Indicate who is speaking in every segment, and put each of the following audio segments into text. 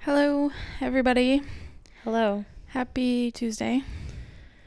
Speaker 1: Hello, everybody.
Speaker 2: Hello.
Speaker 1: Happy Tuesday.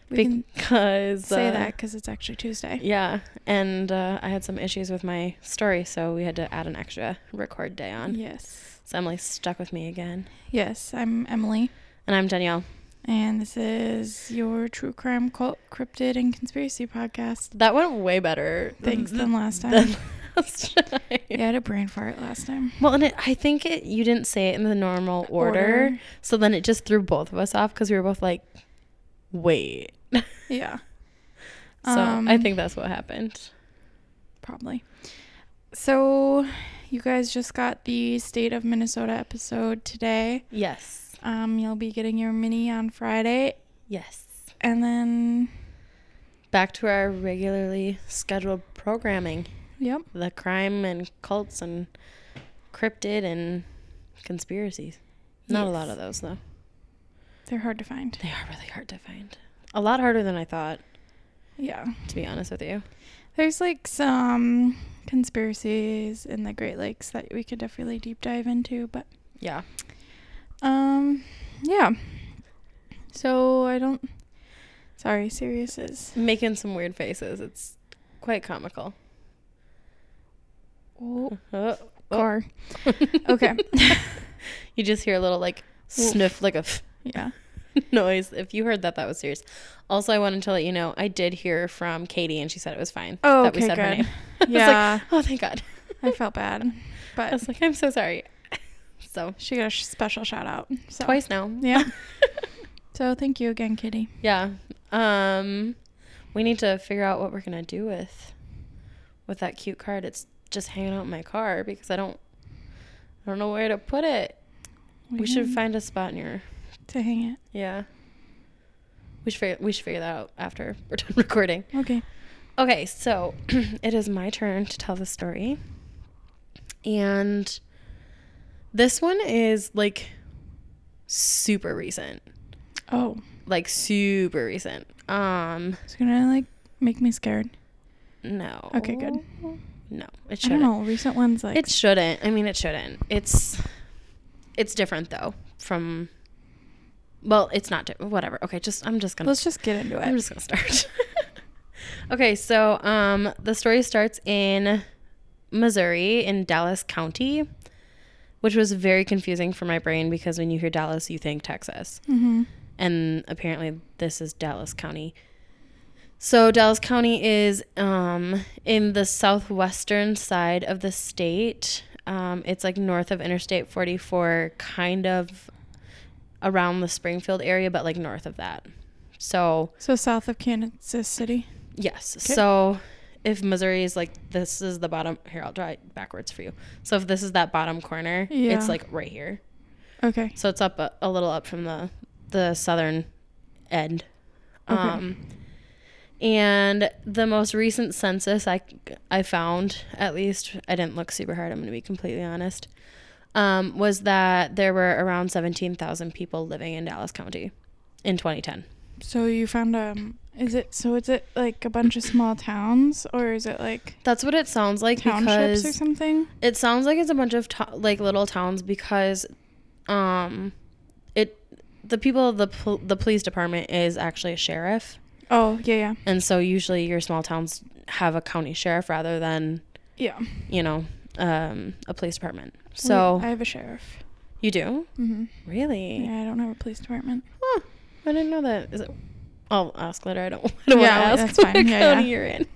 Speaker 1: We can
Speaker 2: because
Speaker 1: say
Speaker 2: uh,
Speaker 1: that because it's actually Tuesday.
Speaker 2: Yeah, and uh, I had some issues with my story, so we had to add an extra record day on.
Speaker 1: Yes.
Speaker 2: So Emily's stuck with me again,
Speaker 1: Yes, I'm Emily,
Speaker 2: and I'm Danielle.
Speaker 1: and this is your true crime, cult, cryptid, and conspiracy podcast.
Speaker 2: That went way better.
Speaker 1: Thanks than last time.
Speaker 2: Than last time.
Speaker 1: Yeah, I had a brain fart last time.
Speaker 2: Well, and it, I think it, you didn't say it in the normal order,
Speaker 1: Order.
Speaker 2: so then it just threw both of us off because we were both like, "Wait." so
Speaker 1: Yeah,
Speaker 2: I
Speaker 1: Um,
Speaker 2: think that's what happened.
Speaker 1: probably. So, you guys just got the state of Minnesota episode today.
Speaker 2: Yes.
Speaker 1: Um, you'll be getting your mini on Friday,
Speaker 2: Yes.
Speaker 1: and then
Speaker 2: Back to our regularly scheduled programming.
Speaker 1: yep,
Speaker 2: the crime and cults and cryptid and conspiracies. Not a lot
Speaker 1: Yes.
Speaker 2: of those though.
Speaker 1: they're hard to find.
Speaker 2: They are really hard to find. A lot harder than I thought,
Speaker 1: Yeah.
Speaker 2: to be honest with you.
Speaker 1: There's like some conspiracies in the Great Lakes that we could definitely deep dive into, but
Speaker 2: Yeah.
Speaker 1: um yeah. So I don't sorry, Sirius is
Speaker 2: Making some weird faces. It's quite comical.
Speaker 1: oh,
Speaker 2: Oh,
Speaker 1: car. okay.
Speaker 2: you just hear a little like
Speaker 1: Oof.
Speaker 2: sniff like a
Speaker 1: Yeah.
Speaker 2: noise. If you heard that, that was serious. Also, I wanted to let you know I did hear from Katie and she said it was fine.
Speaker 1: Oh,
Speaker 2: that we
Speaker 1: okay,
Speaker 2: said her
Speaker 1: good.
Speaker 2: name.
Speaker 1: Yeah.
Speaker 2: I was like, oh, thank God.
Speaker 1: I felt bad.
Speaker 2: I
Speaker 1: But
Speaker 2: was like, I'm so sorry. So,
Speaker 1: she got a sh- special shout out. So
Speaker 2: twice now.
Speaker 1: Yeah. so thank you again, Kitty.
Speaker 2: Yeah. Um we need to figure out what we're going to do with with that cute card. It's just hanging out in my car because I don't I don't know where to put it. We should
Speaker 1: can-
Speaker 2: find a spot in your
Speaker 1: to hang it.
Speaker 2: Yeah. We should figure, we should figure that out after we're done recording.
Speaker 1: Okay.
Speaker 2: Okay, so it is my turn to tell the story. And this one is like super recent.
Speaker 1: Oh.
Speaker 2: Like super recent. Um
Speaker 1: It's gonna like make me scared.
Speaker 2: No.
Speaker 1: Okay, good.
Speaker 2: Oh. No, it
Speaker 1: I don't
Speaker 2: shouldn't.
Speaker 1: know. Recent ones like
Speaker 2: It shouldn't. I mean, it shouldn't. It's it's different though from. Well, it's not. Di- whatever. Okay, just I'm just gonna.
Speaker 1: let's just get into it.
Speaker 2: I'm just gonna start. okay, so um, the story starts in Missouri in Dallas County, which was very confusing for my brain because when you hear Dallas, you think Texas
Speaker 1: Mm-hmm.
Speaker 2: and apparently this is Dallas County. So Dallas County is um, in the southwestern side of the state. Um, it's like north of Interstate 44, kind of around the Springfield area, but like north of that. So
Speaker 1: So south of Kansas City.
Speaker 2: yes,
Speaker 1: 'Kay.
Speaker 2: so if Missouri is like this is the bottom here, I'll draw it backwards for you. So if this is that bottom corner,
Speaker 1: Yeah.
Speaker 2: it's like right here.
Speaker 1: Okay.
Speaker 2: So it's up a, a little up from the the southern end.
Speaker 1: Okay.
Speaker 2: Um and the most recent census I I found at least I didn't look super hard I'm going to be completely honest. Um, was that there were around 17,000 people living in Dallas County in 2010.
Speaker 1: So you found um is it so is it like a bunch of small towns or is it like
Speaker 2: That's what it sounds like
Speaker 1: townships or
Speaker 2: because
Speaker 1: something?
Speaker 2: it sounds like it's a bunch of to- like little towns because um it the people of the pol- the police department is actually a sheriff.
Speaker 1: Oh yeah yeah
Speaker 2: And so usually your small towns have a county sheriff rather than,
Speaker 1: yeah.
Speaker 2: you know, um, a police department.
Speaker 1: We-
Speaker 2: So
Speaker 1: I have a sheriff.
Speaker 2: you do?
Speaker 1: Mm-hmm.
Speaker 2: Really?
Speaker 1: Yeah, I don't have a police department.
Speaker 2: Huh. I didn't know that. Is it? I'll ask later. I don't, I don't
Speaker 1: Yeah,
Speaker 2: want to ask
Speaker 1: that's
Speaker 2: what
Speaker 1: fine.
Speaker 2: county
Speaker 1: Yeah, yeah.
Speaker 2: you're in.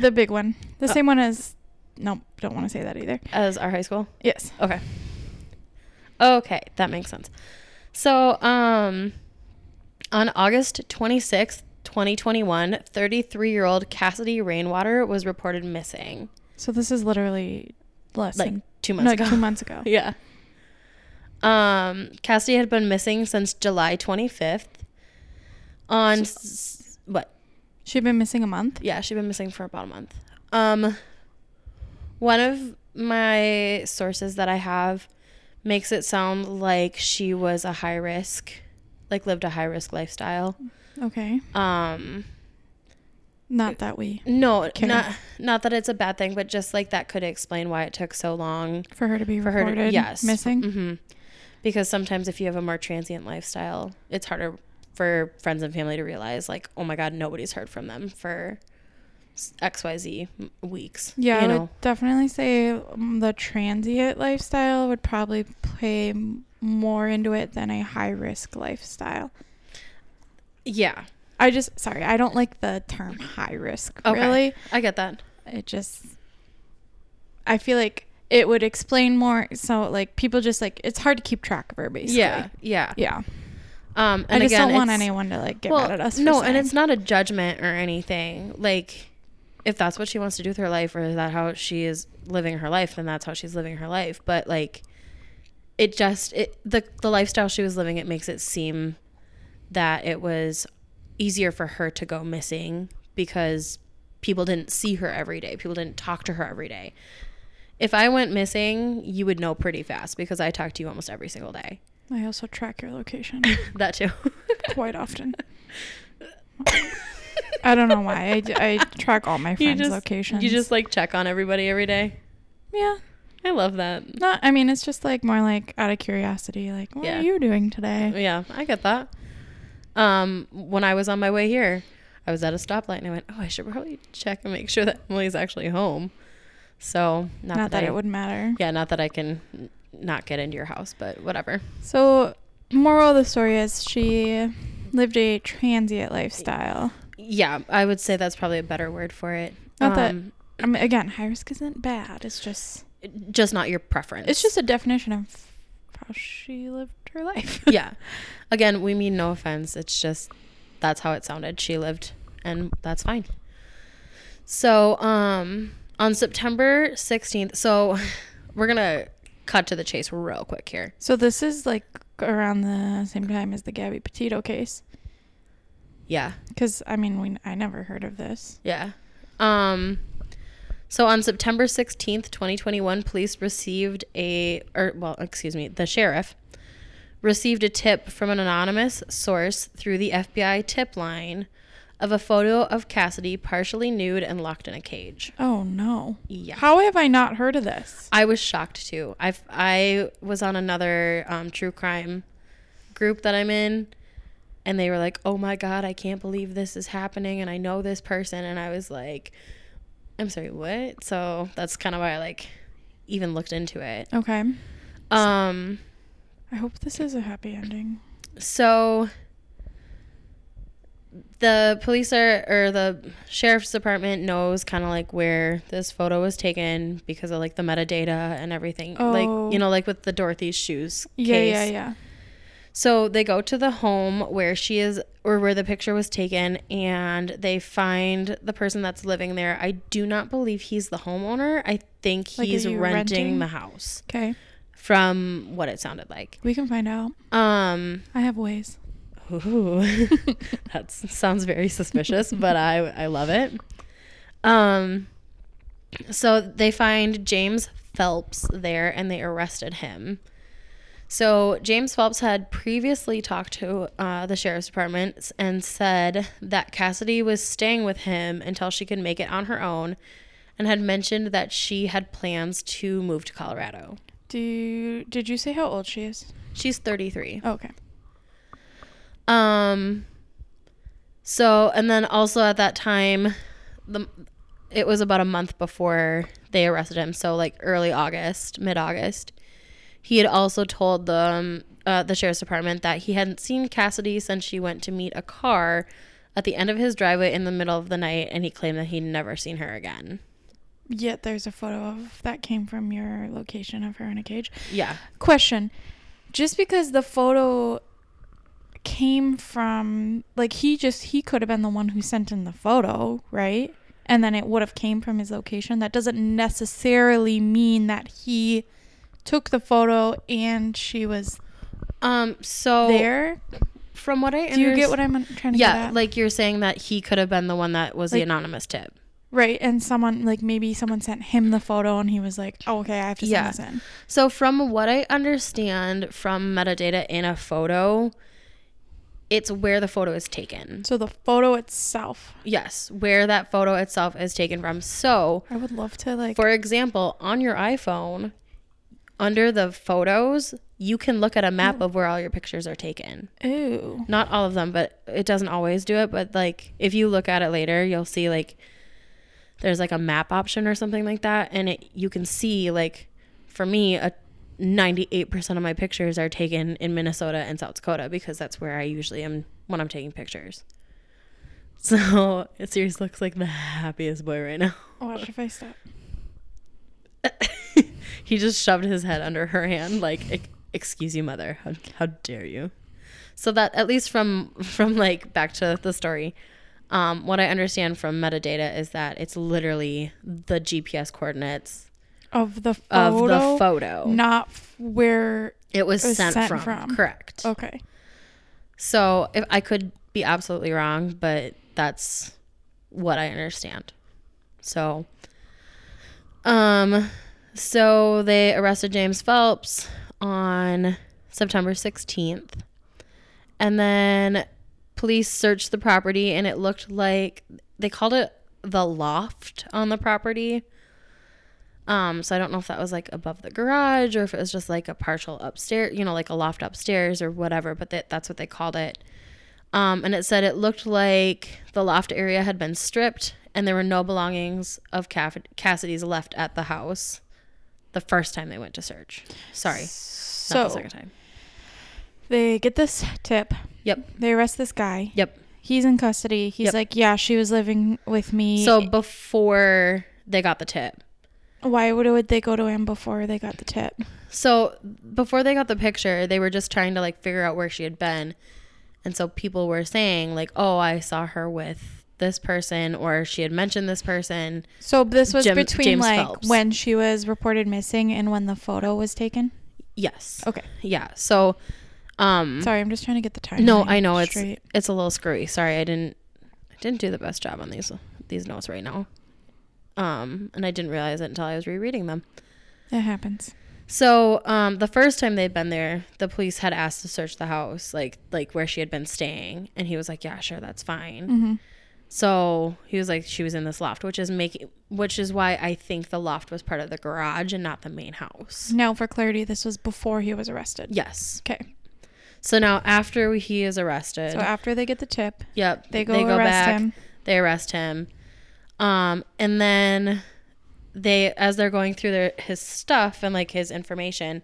Speaker 1: The big one, the
Speaker 2: Oh.
Speaker 1: same one as. Nope, don't want to say that either.
Speaker 2: As our high school?
Speaker 1: Yes.
Speaker 2: Okay. Okay, that makes sense. So, um, on August 26th, 2021, 33 year old Cassidy Rainwater was reported missing.
Speaker 1: So this is literally less
Speaker 2: Like
Speaker 1: than
Speaker 2: two months
Speaker 1: like
Speaker 2: ago.
Speaker 1: two months ago.
Speaker 2: yeah. Um, Cassidy had been missing since July 25th. On s- what?
Speaker 1: She'd been missing a month.
Speaker 2: Yeah, she'd been missing for about a month. Um, one of my sources that I have makes it sound like she was a high risk, like lived a high risk lifestyle.
Speaker 1: Okay.
Speaker 2: Um,
Speaker 1: Not that we
Speaker 2: no,
Speaker 1: Okay.
Speaker 2: not not that it's a bad thing, but just like that could explain why it took so long
Speaker 1: for her to be
Speaker 2: for her
Speaker 1: reported
Speaker 2: to yes
Speaker 1: missing.
Speaker 2: hmm because sometimes if you have a more transient lifestyle, it's harder for friends and family to realize like, oh my god, nobody's heard from them for s- XYZ m- weeks.
Speaker 1: Yeah,
Speaker 2: you
Speaker 1: I
Speaker 2: know.
Speaker 1: would definitely say um, the transient lifestyle would probably play m- more into it than a high risk lifestyle.
Speaker 2: Yeah.
Speaker 1: I just sorry, I don't like the term high risk
Speaker 2: Okay.
Speaker 1: really.
Speaker 2: I get that.
Speaker 1: It just I feel like it would explain more so like people just like it's hard to keep track of her basically.
Speaker 2: Yeah. Yeah.
Speaker 1: Yeah.
Speaker 2: Um
Speaker 1: I
Speaker 2: and
Speaker 1: just
Speaker 2: again,
Speaker 1: don't want
Speaker 2: it's-
Speaker 1: anyone to like get mad at us. for
Speaker 2: No, and
Speaker 1: saying-
Speaker 2: it's not a judgment or anything. Like, if that's what she wants to do with her life, or is that how she is living her life, then that's how she's living her life. But like, it just it the the lifestyle she was living, it makes it seem that it was easier for her to go missing because people didn't see her every day. People didn't talk to her every day. If I went missing, you would know pretty fast because I talk to you almost every single day.
Speaker 1: I also track your location
Speaker 2: That too.
Speaker 1: quite often. I don't know why. I, d- I track all my
Speaker 2: You
Speaker 1: friends'
Speaker 2: just,
Speaker 1: locations.
Speaker 2: You just like check on everybody every day.
Speaker 1: yeah.
Speaker 2: I love that.
Speaker 1: No, I mean it's just like more like out of curiosity, like what
Speaker 2: Yeah.
Speaker 1: are you doing today?
Speaker 2: Yeah, I get that. Um, when I was on my way here, I was at a stoplight and I went, "Oh, I should probably check and make sure that Emily's actually home." So not,
Speaker 1: Not, that,
Speaker 2: I,
Speaker 1: it would matter.
Speaker 2: Yeah, not that I can n- not get into your house, but whatever.
Speaker 1: So, moral of the story is she lived a transient lifestyle.
Speaker 2: Yeah, I would say that's probably a better word for it. Um,
Speaker 1: Not that- I mean, again, high risk isn't bad. It's just
Speaker 2: that just not your preference.
Speaker 1: it's just a definition of how she lived her life.
Speaker 2: yeah. Again, we mean no offense. It's just that's how it sounded. She lived, and that's fine. So, um, on September 16th, so we're gonna cut to the chase real quick here.
Speaker 1: So this is like around the same time as the Gabby Petito case,
Speaker 2: Yeah,
Speaker 1: because I mean, we I never heard of this.
Speaker 2: yeah. Um, so on September 16th, 2021, police received a, or well, excuse me, the sheriff received a tip from an anonymous source through the FBI tip line of a photo of Cassidy partially nude and locked in a cage.
Speaker 1: Oh no!
Speaker 2: Yeah.
Speaker 1: How have I not heard of this?
Speaker 2: I was shocked too. I I was on another um, true crime group that I'm in, and they were like, "Oh my god, I can't believe this is happening," and I know this person, and I was like, "I'm sorry, what?" So that's kind of why I like even looked into it.
Speaker 1: Okay,
Speaker 2: Um,
Speaker 1: I hope this is a happy ending.
Speaker 2: so the police are or the sheriff's department knows kind of like where this photo was taken because of like the metadata and everything like
Speaker 1: Oh.
Speaker 2: you know like with the dorothy's shoes case.
Speaker 1: Yeah, yeah, yeah.
Speaker 2: so they go to the home where she is or where the picture was taken and they find the person that's living there i do not believe he's the homeowner i think
Speaker 1: Like, is
Speaker 2: he's
Speaker 1: he
Speaker 2: renting,
Speaker 1: renting?
Speaker 2: the house
Speaker 1: Okay,
Speaker 2: from what it sounded like
Speaker 1: we can find out.
Speaker 2: um
Speaker 1: I have ways.
Speaker 2: Ooh, that sounds very suspicious, but I I love it. Um, so they find James Phelps there, and they arrested him. So James Phelps had previously talked to uh, the sheriff's department s- and said that Cassidy was staying with him until she could make it on her own, and had mentioned that she had plans to move to Colorado.
Speaker 1: Do you, did you say how old she is? Oh,
Speaker 2: She's thirty three.
Speaker 1: Okay.
Speaker 2: Um. So and then also at that time, the it was about a month before they arrested him. So like early August, mid August, he had also told the um, uh, the sheriff's department that he hadn't seen Cassidy since she went to meet a car at the end of his driveway in the middle of the night, and he claimed that he'd never seen her again.
Speaker 1: Yet there's a photo of that came from your location of her in a cage.
Speaker 2: Yeah.
Speaker 1: Question: Just because the photo came from like he just he could have been the one who sent in the photo, right? And then it would have came from his location. That doesn't necessarily mean that he took the photo and she was
Speaker 2: Um. So
Speaker 1: there.
Speaker 2: from what I
Speaker 1: Do you get what
Speaker 2: underst-
Speaker 1: I'm trying to get
Speaker 2: Yeah,
Speaker 1: at?
Speaker 2: like you're saying that he could have been the one that was the
Speaker 1: Like-
Speaker 2: anonymous tip.
Speaker 1: Right, and someone like maybe someone sent him the photo, and he was like, "Oh, okay, I have to send
Speaker 2: Yeah.
Speaker 1: this in."
Speaker 2: So, from what I understand from metadata in a photo, it's where the photo is taken.
Speaker 1: So the photo itself,
Speaker 2: Yes, where that photo itself is taken from. So,
Speaker 1: I would love to like.
Speaker 2: for example, on your iPhone, under the photos, you can look at a map of where all your pictures are taken.
Speaker 1: Ooh.
Speaker 2: Not all of them, but it doesn't always do it. But like if you look at it later, you'll see like there's like a map option or something like that. And it you can see like for me, a 98% of my pictures are taken in Minnesota and South Dakota because that's where I usually am when I'm taking pictures. So, Sirius looks like the happiest boy right now.
Speaker 1: Watch if I stop.
Speaker 2: he just shoved his head under her hand like "Ex- excuse you mother how, how dare you so that at least from from like back to the story um, what i understand from metadata is that it's literally the gps coordinates
Speaker 1: Of the
Speaker 2: of
Speaker 1: photo.
Speaker 2: the photo
Speaker 1: Not f- where.
Speaker 2: it was,
Speaker 1: was
Speaker 2: sent,
Speaker 1: sent
Speaker 2: from,
Speaker 1: from.
Speaker 2: correct
Speaker 1: Okay.
Speaker 2: so if i could be absolutely wrong but that's what i understand so um so they arrested james phelps on september 16th and then police searched the property and it looked like they called it the loft on the property um so i don't know if that was like above the garage or if it was just like a partial upstairs you know like a loft upstairs or whatever but that, that's what they called it um and it said it looked like the loft area had been stripped and there were no belongings of Caff- cassidy's left at the house the first time they went to search sorry not
Speaker 1: So
Speaker 2: the second time
Speaker 1: they get this tip.
Speaker 2: Yep.
Speaker 1: They arrest this guy.
Speaker 2: yep
Speaker 1: He's in custody. He's
Speaker 2: Yep.
Speaker 1: like, yeah, she was living with me.
Speaker 2: so before they got the tip
Speaker 1: why would would they go to him before they got the tip?
Speaker 2: So before they got the picture, they were just trying to like figure out where she had been. And so people were saying like, "Oh, I saw her with this person or she had mentioned this person."
Speaker 1: So this was
Speaker 2: Jim-
Speaker 1: between
Speaker 2: James
Speaker 1: like
Speaker 2: Phelps.
Speaker 1: when she was reported missing and when the photo was taken.
Speaker 2: Yes.
Speaker 1: Okay.
Speaker 2: Yeah. So um
Speaker 1: Sorry, I'm just trying to get the time.
Speaker 2: no, I know it's it's a little screwy. Sorry, I didn't I didn't do the best job on these these notes right now. Um and I didn't realize it until I was rereading them.
Speaker 1: It happens.
Speaker 2: So um, the first time they'd been there, the police had asked to search the house, like like where she had been staying, and he was like, "Yeah, sure, that's fine."
Speaker 1: Mhm.
Speaker 2: So he was like, "She was in this loft," which is making, which is why I think the loft was part of the garage and not the main house.
Speaker 1: Now, for clarity, this was before he was arrested.
Speaker 2: Yes.
Speaker 1: Okay.
Speaker 2: So now after he is arrested,
Speaker 1: So after they get the tip,
Speaker 2: yep,
Speaker 1: they go, arrest him.
Speaker 2: They arrest him. Um, and then they, as they're going through their his stuff and like his information,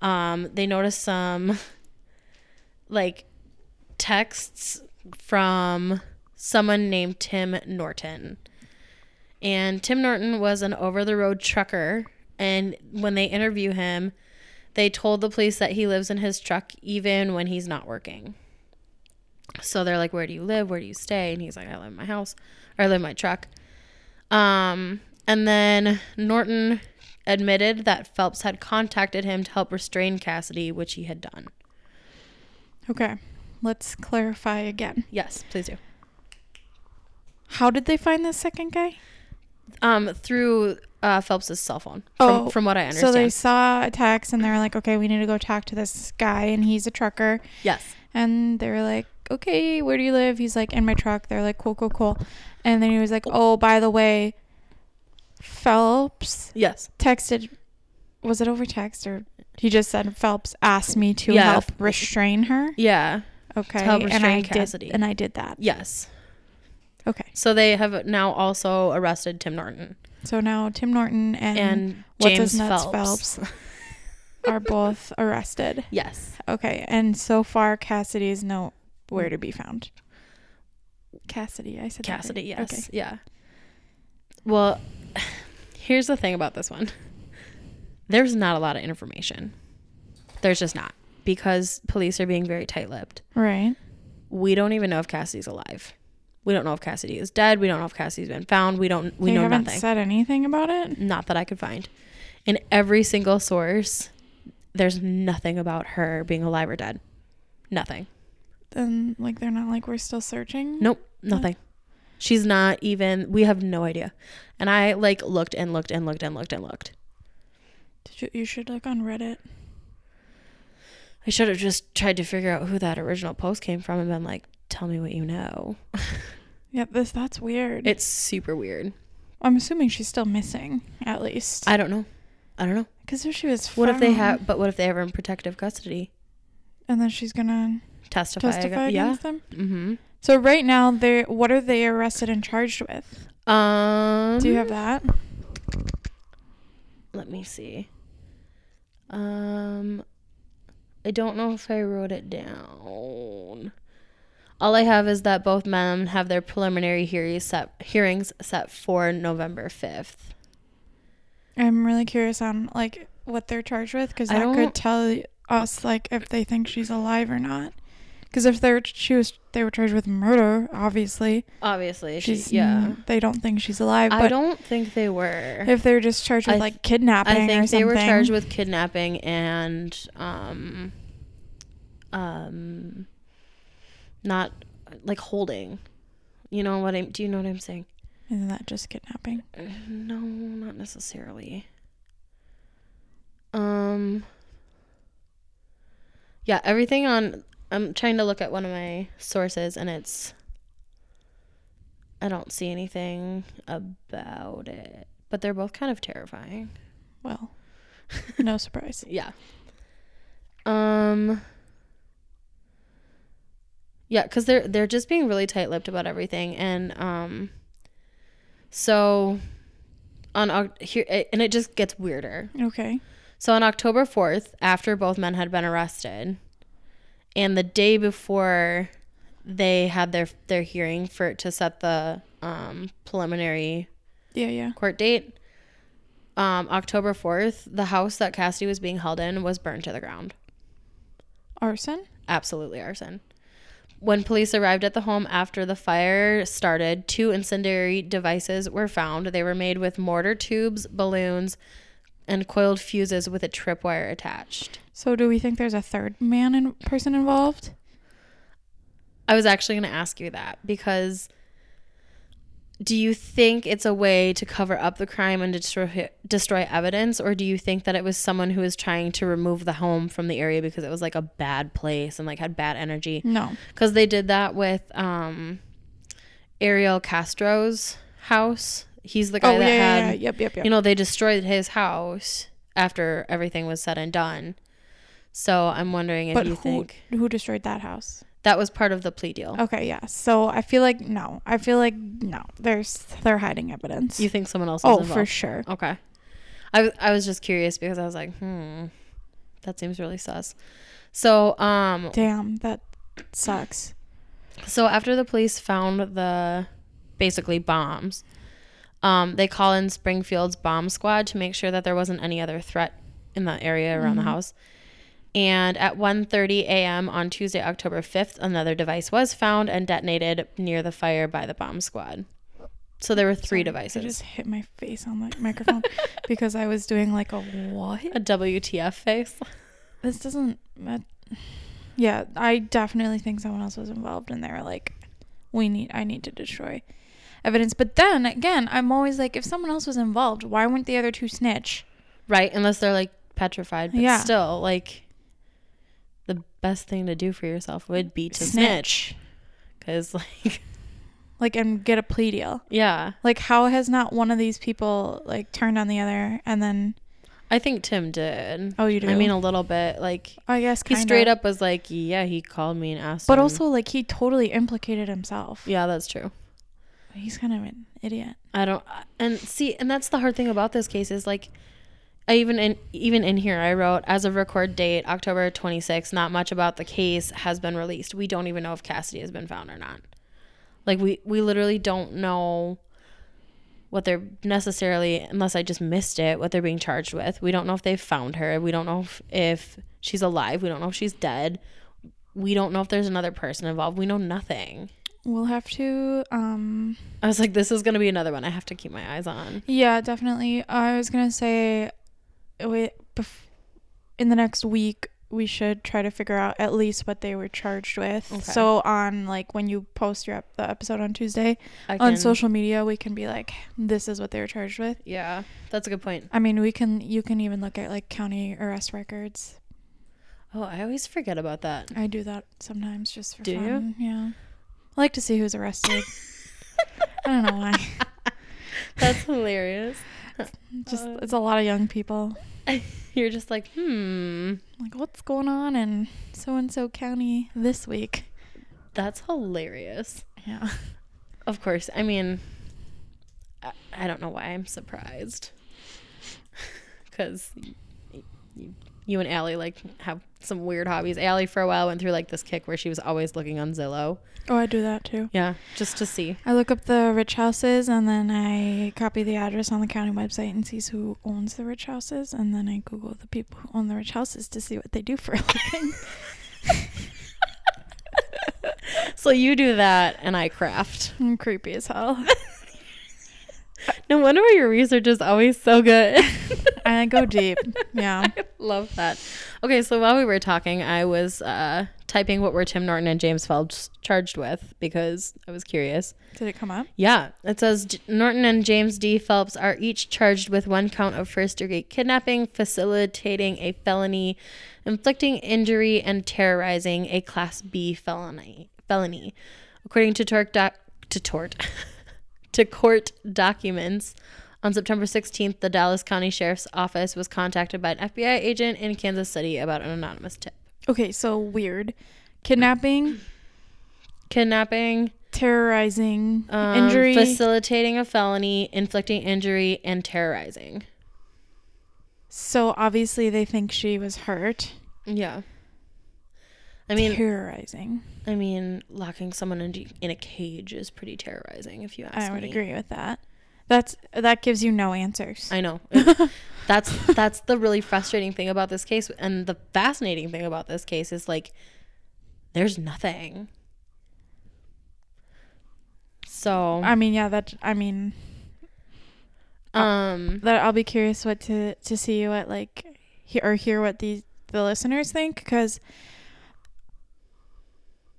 Speaker 2: um, they notice some like texts from someone named Tim Norton. And Tim Norton was an over the road trucker. And when they interview him, they told the police that he lives in his truck even when he's not working. So they're like, Where do you live? Where do you stay? And he's like, I live in my house or I live in my truck. Um, and then Norton admitted that Phelps had contacted him to help restrain Cassidy, which he had done.
Speaker 1: Okay. Let's clarify again.
Speaker 2: Yes, please do.
Speaker 1: How did they find this second guy?
Speaker 2: Um, through uh, Phelps's cell phone, from,
Speaker 1: Oh,
Speaker 2: from what I
Speaker 1: So
Speaker 2: understand.
Speaker 1: they saw a text and they were like, okay, we need to go talk to this guy, and he's a trucker.
Speaker 2: yes.
Speaker 1: And they were like, okay, where do you live? He's like, in my truck. They're like, cool, cool, cool. And then he was like, oh, by the way, Phelps
Speaker 2: Yes.
Speaker 1: texted, was it over text or he just said Phelps asked me to
Speaker 2: Yeah.
Speaker 1: help restrain her?
Speaker 2: Yeah.
Speaker 1: Okay.
Speaker 2: help
Speaker 1: and I
Speaker 2: restrain Cassidy.
Speaker 1: did, and I did that.
Speaker 2: Yes.
Speaker 1: Okay.
Speaker 2: So they have now also arrested Tim Norton
Speaker 1: So now Tim Norton and,
Speaker 2: and
Speaker 1: what's
Speaker 2: James
Speaker 1: his nuts
Speaker 2: Phelps.
Speaker 1: Phelps are both arrested.
Speaker 2: Yes.
Speaker 1: Okay. And so far, Cassidy is nowhere to be found. Cassidy, I said that right.
Speaker 2: Cassidy, yes.
Speaker 1: Okay.
Speaker 2: Yeah. Well, here's the thing about this one. There's not a lot of information. There's just not because police are being very tight-lipped.
Speaker 1: Right.
Speaker 2: We don't even know if Cassidy's alive. We don't know if Cassidy is dead. We don't know if Cassidy's been found. We don't we
Speaker 1: they
Speaker 2: know
Speaker 1: haven't
Speaker 2: nothing. Mm.
Speaker 1: said anything about it.
Speaker 2: not that I could find. In every single source, there's nothing about her being alive or dead. Nothing.
Speaker 1: Then, like, they're not like we're still searching.
Speaker 2: Nope, nothing. She's not even. We have no idea. And I like looked and looked and looked and looked and looked.
Speaker 1: Did you, you should look on Reddit.
Speaker 2: I should have just tried to figure out who that original post came from and been like, "Tell me what you know."
Speaker 1: Yeah, this that's weird.
Speaker 2: It's super weird.
Speaker 1: I'm assuming she's still missing, at least.
Speaker 2: I don't know. I don't know.
Speaker 1: Because if she was
Speaker 2: What if they
Speaker 1: found-
Speaker 2: have? But what if they have her in protective custody?
Speaker 1: and then she's gonna
Speaker 2: Testify.
Speaker 1: testify
Speaker 2: ag- yeah.
Speaker 1: against them.
Speaker 2: Mm-hmm.
Speaker 1: So right now, they what are they arrested and charged with?
Speaker 2: Um.
Speaker 1: Do you have that?
Speaker 2: Let me see. Um. I don't know if I wrote it down. All I have is that both men have their preliminary hearings set, hearings set for November fifth.
Speaker 1: I'm really curious on like what they're charged with because
Speaker 2: I
Speaker 1: that
Speaker 2: don't-
Speaker 1: could tell us like if they think she's alive or not. Because if they're she was they were charged with murder, obviously
Speaker 2: Obviously, she-
Speaker 1: she's mm,
Speaker 2: yeah.
Speaker 1: They don't think she's alive. But
Speaker 2: I don't think they were.
Speaker 1: if they're just charged with
Speaker 2: I th-
Speaker 1: like kidnapping
Speaker 2: I
Speaker 1: or
Speaker 2: think
Speaker 1: something,
Speaker 2: they were charged with kidnapping and um, um, not like holding. You know what I'm? Do you know what I'm saying?
Speaker 1: isn't that just kidnapping?
Speaker 2: Uh, No, not necessarily. Um. Yeah, everything on. I'm trying to look at one of my sources, and it's. I don't see anything about it, but they're both kind of terrifying.
Speaker 1: Well, no surprise.
Speaker 2: Yeah. Um. Yeah, because they're they're just being really tight-lipped about everything, and um. So, on Oc- here, and it just gets weirder.
Speaker 1: Okay.
Speaker 2: So on October fourth, after both men had been arrested, and the day before they had their their hearing for to set the um preliminary
Speaker 1: Yeah, yeah.
Speaker 2: court date. Um, October 4th, the house that Cassidy was being held in was burned to the ground.
Speaker 1: Arson.
Speaker 2: Absolutely arson. When police arrived at the home after the fire started, two incendiary devices were found. They were made with mortar tubes, balloons, and coiled fuses with a tripwire attached.
Speaker 1: So do we think there's a third man and person involved?
Speaker 2: I was actually going to ask you that because do you think it's a way to cover up the crime and destroy destroy evidence or do you think that it was someone who was trying to remove the home from the area because it was like a bad place and like had bad energy?
Speaker 1: No.
Speaker 2: Cuz they did that with um Ariel Castro's house. He's the guy
Speaker 1: oh yeah,
Speaker 2: that
Speaker 1: yeah,
Speaker 2: had
Speaker 1: yeah. Yep, yep, yep.
Speaker 2: you know, they destroyed his house after everything was said and done. So I'm wondering if
Speaker 1: but
Speaker 2: you
Speaker 1: who
Speaker 2: think
Speaker 1: who destroyed that house?
Speaker 2: that was part of the plea deal.
Speaker 1: Okay, yeah. So I feel like no. I feel like no. There's they're hiding evidence.
Speaker 2: You think someone else? Was
Speaker 1: oh,
Speaker 2: involved?
Speaker 1: for sure.
Speaker 2: Okay. I, w- I was just curious because I was like, hmm, that seems really sus. So, um,
Speaker 1: Damn, that sucks.
Speaker 2: so after the police found the basically bombs, um, they call in Springfield's bomb squad to make sure that there wasn't any other threat in the area around
Speaker 1: Mm-hmm.
Speaker 2: the house. And at 1:30 a.m. on Tuesday, October 5th, another device was found and detonated near the fire by the bomb squad. So there were three
Speaker 1: I
Speaker 2: devices.
Speaker 1: just hit my face on the microphone because I was doing like a what?
Speaker 2: A WTF face.
Speaker 1: This doesn't. That, yeah, I definitely think someone else was involved, and they were like, "We need. I need to destroy evidence." But then again, I'm always like, if someone else was involved, why wouldn't the other two snitch?
Speaker 2: Right, unless they're like petrified, but
Speaker 1: Yeah.
Speaker 2: still, like the best thing to do for yourself would be to snitch.
Speaker 1: Snitch.
Speaker 2: Cause like,
Speaker 1: Like, and get a plea deal.
Speaker 2: yeah,
Speaker 1: Like, how has not one of these people like turned on the other, and then
Speaker 2: I think Tim did.
Speaker 1: Oh, you
Speaker 2: I mean,
Speaker 1: do?
Speaker 2: a little bit. Like
Speaker 1: I guess
Speaker 2: he
Speaker 1: kinda.
Speaker 2: straight up was like, yeah, he called me and asked.
Speaker 1: But
Speaker 2: him."
Speaker 1: also, like, he totally implicated himself.
Speaker 2: yeah, that's true.
Speaker 1: He's kind of an idiot.
Speaker 2: I don't, and see, and that's the hard thing about this case is like, I even in even in here I wrote as of record date October 26th, not much about the case has been released. We don't even know if Cassidy has been found or not. Like we we literally don't know what they're necessarily unless I just missed it what they're being charged with. We don't know if they found her. We don't know if, if she's alive. We don't know if she's dead. We don't know if there's another person involved. We know nothing.
Speaker 1: We'll have to. um
Speaker 2: I was like this is going to be another one I have to keep my eyes on.
Speaker 1: Yeah, definitely. I was gonna say, we bef- in the next week we should try to figure out at least what they were charged with.
Speaker 2: Okay.
Speaker 1: So on like when you post your ep- the episode on Tuesday
Speaker 2: I
Speaker 1: on
Speaker 2: can-
Speaker 1: social media, we can be like, this is what they were charged with.
Speaker 2: Yeah, that's a good point.
Speaker 1: I mean, we can. You can even look at like county arrest records.
Speaker 2: Oh, I always forget about that.
Speaker 1: I do that sometimes just for
Speaker 2: Do you?
Speaker 1: fun. Yeah, I like to see who's arrested. I don't know why.
Speaker 2: That's hilarious.
Speaker 1: Just it's a lot of young people.
Speaker 2: You're just like, hmm,
Speaker 1: Like what's going on in so and so county this week?
Speaker 2: that's hilarious.
Speaker 1: Yeah.
Speaker 2: Of course. I mean, I, I don't know why I'm surprised. Because you, you and Allie, like, have some weird hobbies. Allie, for a while, went through, like, this kick where she was always looking on Zillow.
Speaker 1: Oh, I do that too.
Speaker 2: Yeah. Just to see.
Speaker 1: I look up the rich houses and then I copy the address on the county website and sees who owns the rich houses and then I Google the people who own the rich houses to see what they do for a living.
Speaker 2: So you do that, and I craft.
Speaker 1: I'm creepy as hell.
Speaker 2: No wonder why your research is always so good.
Speaker 1: I go deep. Yeah.
Speaker 2: I love that. Okay, so while we were talking, I was uh, typing what were Tim Norton and James Phelps charged with because I was curious.
Speaker 1: Did it come up?
Speaker 2: Yeah, it says J- Norton and James D. Phelps are each charged with one count of first degree kidnapping, facilitating a felony, inflicting injury, and terrorizing a Class B felony. Felony, according to tort doc- to tort to court documents. On September 16th, the Dallas County Sheriff's Office was contacted by an FBI agent in Kansas City about an anonymous tip.
Speaker 1: Okay, so weird. Kidnapping,
Speaker 2: Kidnapping,
Speaker 1: terrorizing,
Speaker 2: um,
Speaker 1: injury.
Speaker 2: facilitating a felony, inflicting injury, and terrorizing.
Speaker 1: so obviously they think she was hurt.
Speaker 2: Yeah. I mean,
Speaker 1: terrorizing.
Speaker 2: I mean, locking someone in, in a cage is pretty terrorizing, if you ask me.
Speaker 1: I would agree with that. That's that gives you no answers.
Speaker 2: I know. that's that's the really frustrating thing about this case, and the fascinating thing about this case is like, there's nothing. So,
Speaker 1: I mean, yeah, that I mean,
Speaker 2: um,
Speaker 1: that I'll be curious what to to see what like he, or hear what the the listeners think because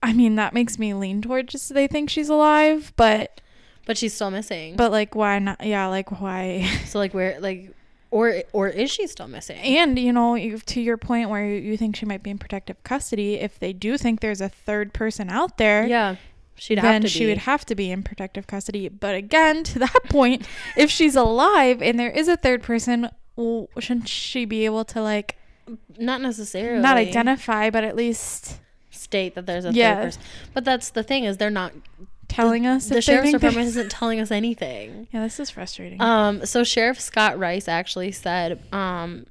Speaker 1: I mean that makes me lean toward just they think she's alive, but
Speaker 2: but she's still missing.
Speaker 1: but like why not? Yeah, like why?
Speaker 2: so, like, where, like, or or is she still missing?
Speaker 1: And you know, you, to your point where you, you think she might be in protective custody, if they do think there's a third person out there,
Speaker 2: yeah, she'd have
Speaker 1: then
Speaker 2: to.
Speaker 1: she
Speaker 2: be.
Speaker 1: would have to be in protective custody. But again, to that point, if she's alive and there is a third person, well, shouldn't she be able to like
Speaker 2: not necessarily
Speaker 1: not identify, but at least
Speaker 2: state that there's a
Speaker 1: Yeah.
Speaker 2: third person. But that's the thing is they're not
Speaker 1: telling us
Speaker 2: the
Speaker 1: if they
Speaker 2: sheriff's
Speaker 1: think
Speaker 2: department
Speaker 1: that-
Speaker 2: isn't telling us anything.
Speaker 1: Yeah, this is frustrating.
Speaker 2: Um, so Sheriff Scott Rice actually said, um,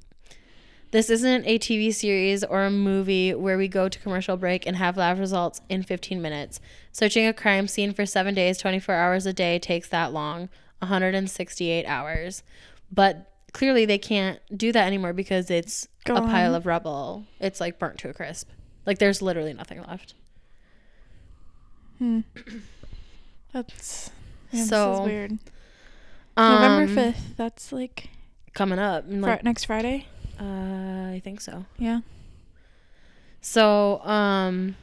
Speaker 2: "This isn't a TV series or a movie where we go to commercial break and have lab results in 15 minutes. Searching a crime scene for seven days, 24 hours a day takes that long, 168 hours. But clearly, they can't do that anymore because it's a
Speaker 1: Gone.
Speaker 2: pile of rubble. It's like burnt to a crisp. Like there's literally nothing left."
Speaker 1: Hmm. That's yeah, this
Speaker 2: So,
Speaker 1: is weird.
Speaker 2: Um,
Speaker 1: November fifth. That's like,
Speaker 2: coming up. in,
Speaker 1: fri-
Speaker 2: Like,
Speaker 1: next Friday.
Speaker 2: uh, I think so.
Speaker 1: Yeah.
Speaker 2: So, um,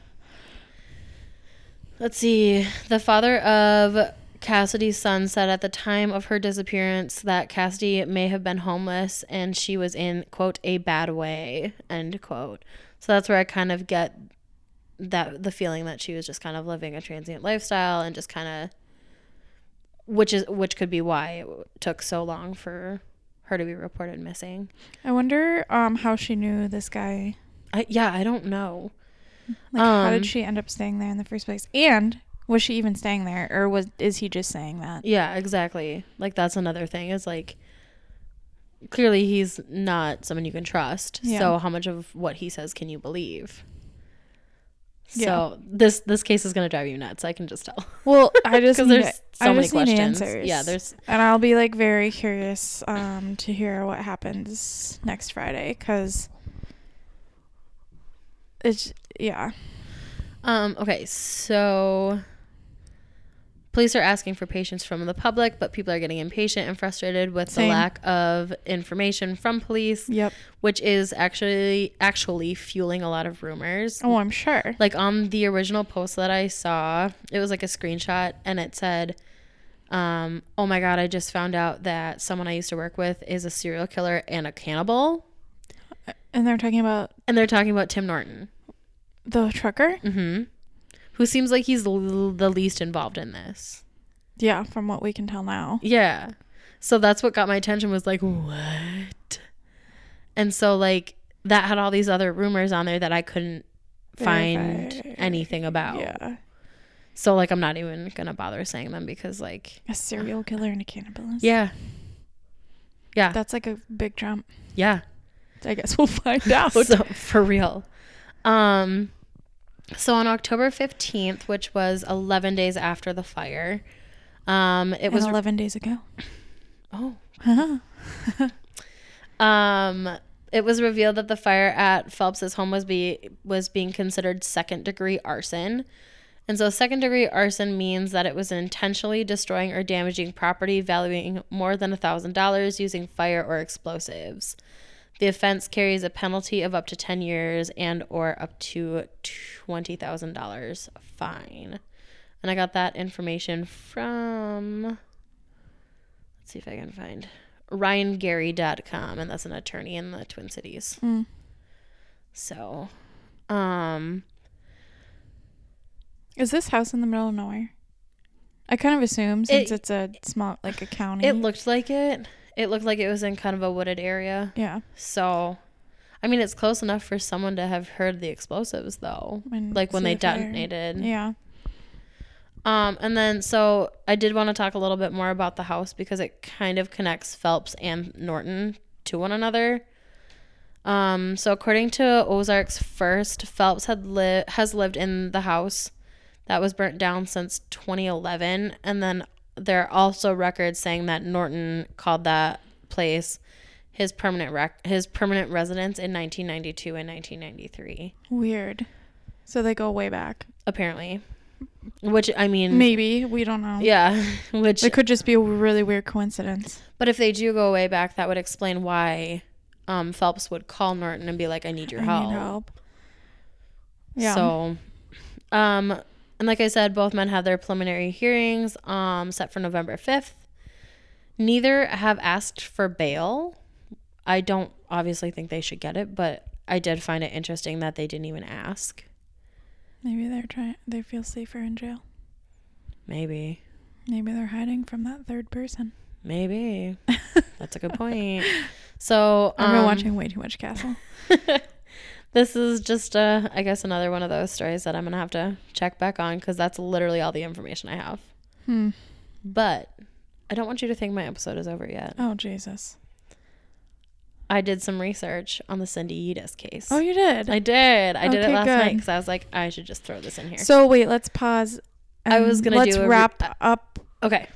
Speaker 2: let's see. The father of Cassidy's son said at the time of her disappearance that Cassidy may have been homeless and she was in, quote, a bad way, end quote. So that's where I kind of get that the feeling that she was just kind of living a transient lifestyle and just kind of which is which could be why it w- took so long for her to be reported missing.
Speaker 1: I wonder um how she knew this guy.
Speaker 2: I, yeah, I don't know.
Speaker 1: Like, how
Speaker 2: Um,
Speaker 1: did she end up staying there in the first place? And was she even staying there, or was is he just saying that?
Speaker 2: Yeah, exactly. Like that's another thing is like clearly he's not someone you can trust.
Speaker 1: Yeah.
Speaker 2: So how much of what he says can you believe?
Speaker 1: Yeah.
Speaker 2: So this this case is gonna drive you nuts. I can just tell
Speaker 1: Well, I just
Speaker 2: because
Speaker 1: need,
Speaker 2: there's
Speaker 1: I
Speaker 2: so many
Speaker 1: just need
Speaker 2: questions.
Speaker 1: answers.
Speaker 2: Yeah, there's
Speaker 1: and I'll be like very curious um to hear what happens next Friday because it's yeah.
Speaker 2: Um, okay, so police are asking for patience from the public, but people are getting impatient and frustrated with
Speaker 1: Same.
Speaker 2: the lack of information from police,
Speaker 1: Yep.
Speaker 2: which is actually actually fueling a lot of rumors.
Speaker 1: Oh, I'm sure.
Speaker 2: Like on the original post that I saw, it was like a screenshot and it said, um, oh my god, I just found out that someone I used to work with is a serial killer and a cannibal.
Speaker 1: And they're talking about
Speaker 2: And they're talking about Tim Norton.
Speaker 1: the trucker.
Speaker 2: hmm Who seems like he's l- the least involved in this.
Speaker 1: Yeah, from what we can tell now.
Speaker 2: Yeah. So that's what got my attention was like, what? And so like that had all these other rumors on there that I couldn't find
Speaker 1: Verify.
Speaker 2: anything about.
Speaker 1: Yeah.
Speaker 2: So like I'm not even gonna bother saying them because like
Speaker 1: A serial killer and a cannibalist.
Speaker 2: Yeah. Yeah.
Speaker 1: That's like a big jump.
Speaker 2: yeah.
Speaker 1: I guess we'll find out.
Speaker 2: So for real. Um so on October 15th, which was 11 days after the fire, um it
Speaker 1: it
Speaker 2: was
Speaker 1: was 11 days ago.
Speaker 2: oh
Speaker 1: Huh.
Speaker 2: Um, it was revealed that the fire at Phelps's home was be was being considered second degree arson. And so second degree arson means that it was intentionally destroying or damaging property valuing more than $1,000 using fire or explosives. The offense carries a penalty of up to 10 years and or up to $20,000 fine. And I got that information from let's see if I can find ryangary.com and that's an attorney in the Twin Cities.
Speaker 1: Mm.
Speaker 2: So, um
Speaker 1: Is this house in the middle of nowhere? I kind of assume since
Speaker 2: It-
Speaker 1: it's a small, like a county.
Speaker 2: it looked like it. It looked like it was in kind of a wooded area.
Speaker 1: yeah.
Speaker 2: So, I mean, it's close enough for someone to have heard the explosives though.
Speaker 1: and
Speaker 2: Like when
Speaker 1: Mm, see
Speaker 2: they
Speaker 1: the fire.
Speaker 2: detonated.
Speaker 1: Yeah.
Speaker 2: Um, and then so I did want to talk a little bit more about the house because it kind of connects Phelps and Norton to one another. Um, so according to Ozark's first, Phelps had li- has lived in the house that was burnt down since 2011, and then there are also records saying that Norton called that place his permanent rec- his permanent residence in 1992 and 1993,
Speaker 1: Weird. So they go way back.
Speaker 2: apparently. Which I mean,
Speaker 1: Maybe. We don't know.
Speaker 2: Mm. yeah, which
Speaker 1: It could just be a really weird coincidence.
Speaker 2: But if they do go way back, that would explain why um, Phelps would call Norton and be like, "I need your
Speaker 1: I
Speaker 2: help."
Speaker 1: need help. Yeah.
Speaker 2: So, um, and like I said, both men have their preliminary hearings um, set for November fifth. Neither have asked for bail. I don't obviously think they should get it, but I did find it interesting that they didn't even ask.
Speaker 1: Maybe they're trying. They feel safer in jail.
Speaker 2: Maybe,
Speaker 1: Maybe they're hiding from that third person.
Speaker 2: maybe that's a good point. So
Speaker 1: I've been
Speaker 2: um,
Speaker 1: watching way too much Castle.
Speaker 2: this is just uh i guess another one of those stories that i'm gonna have to check back on because that's literally all the information i have
Speaker 1: Hmm.
Speaker 2: but i don't want you to think my episode is over yet
Speaker 1: Oh Jesus.
Speaker 2: i did some research on the cindy Yedis case
Speaker 1: Oh, you did.
Speaker 2: i did i did it
Speaker 1: Okay,
Speaker 2: last night
Speaker 1: good.
Speaker 2: because i was like i should just throw this in here
Speaker 1: So wait, let's pause.
Speaker 2: I
Speaker 1: and
Speaker 2: was gonna
Speaker 1: let's
Speaker 2: do a re-
Speaker 1: wrap up.
Speaker 2: okay